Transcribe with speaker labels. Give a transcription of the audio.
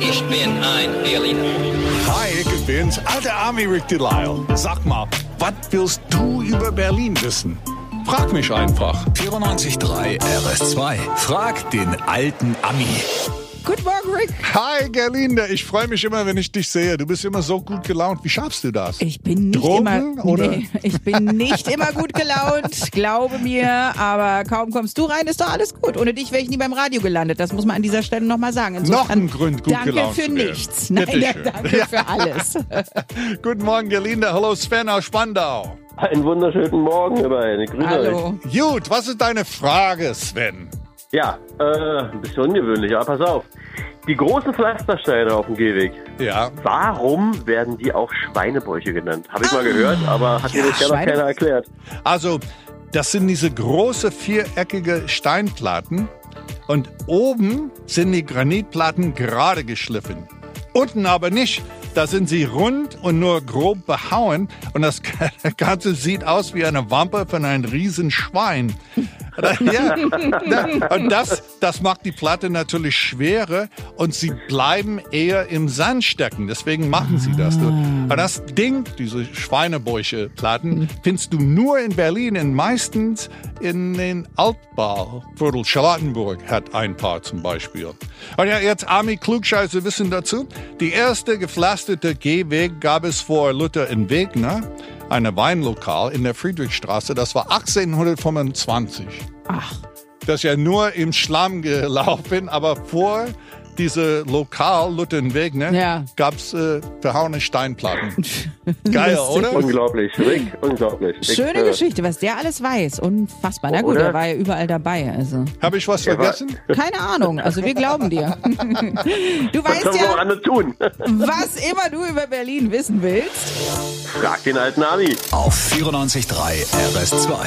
Speaker 1: Ich bin ein Berliner.
Speaker 2: Hi, ich bin's, alter Army Rick Delisle. Sag mal, was willst du über Berlin wissen? Frag mich einfach.
Speaker 3: 94.3 RS2. Frag den alten Ami.
Speaker 4: Guten Morgen, Rick.
Speaker 2: Hi, Gerlinde, ich freue mich immer, wenn ich dich sehe. Du bist immer so gut gelaunt. Wie schaffst du das?
Speaker 4: Ich bin nicht
Speaker 2: Drogen,
Speaker 4: immer,
Speaker 2: oder?
Speaker 4: Nee, ich bin nicht immer gut gelaunt, glaube mir. Aber kaum kommst du rein, ist doch alles gut. Ohne dich wäre ich nie beim Radio gelandet. Das muss man an dieser Stelle nochmal sagen.
Speaker 2: Noch ein Grund, gut
Speaker 4: danke
Speaker 2: gelaunt
Speaker 4: für
Speaker 2: zu werden.
Speaker 4: nichts. Nein,
Speaker 2: Bitteschön.
Speaker 4: danke für alles.
Speaker 2: Guten Morgen, Gerlinde. Hallo, Sven aus Spandau.
Speaker 5: Einen wunderschönen Morgen, ihr beiden. Grüße euch.
Speaker 4: Hallo.
Speaker 2: Gut, was ist deine Frage, Sven?
Speaker 5: Ja, äh, ein bisschen ungewöhnlich, aber pass auf. Die großen Pflastersteine auf dem Gehweg.
Speaker 2: Ja,
Speaker 5: Warum werden die auch Schweinebäuche genannt? Habe ich mal gehört, aber hat mir bisher noch
Speaker 4: Ah. Schweine-
Speaker 5: keiner erklärt.
Speaker 2: also, das sind diese große viereckige Steinplatten. Und oben sind die Granitplatten gerade geschliffen. Unten aber nicht. Da sind sie rund und nur grob behauen. Und das Ganze sieht aus wie eine Wampe von einem Riesenschwein. Ja, na, und das, das macht die Platte natürlich schwerer und sie bleiben eher im Sand stecken. Deswegen machen sie das. Du- Aber das Ding, diese Schweinebäuche-Platten, findest du nur in Berlin und meistens in den Altbauviertel. Charlottenburg hat ein paar zum Beispiel. Und ja, jetzt Army Klugscheiße wissen dazu. Die erste gepflasterte Gehweg gab es vor Luther in Wegner, einem Weinlokal in der Friedrichstraße. Das war 1825 das ja nur im Schlamm gelaufen, aber vor diese Lokal Luttenweg, ne,
Speaker 4: Ja.
Speaker 2: gab's äh, verhauene Steinplatten. Geil,
Speaker 4: Lustig.
Speaker 2: oder?
Speaker 5: Unglaublich, Rick, unglaublich. Ich,
Speaker 4: Schöne
Speaker 5: äh,
Speaker 4: Geschichte, was der alles weiß. Unfassbar. Na gut,
Speaker 5: Oder?
Speaker 4: er war ja überall dabei. Also.
Speaker 2: Habe ich was vergessen?
Speaker 4: Keine Ahnung. Also wir glauben dir. Du
Speaker 5: Was
Speaker 4: weißt
Speaker 5: können wir auch
Speaker 4: ja,
Speaker 5: anders tun?
Speaker 4: was immer du über Berlin wissen willst.
Speaker 5: Frag den alten Ami.
Speaker 3: Auf 94.3 RS2.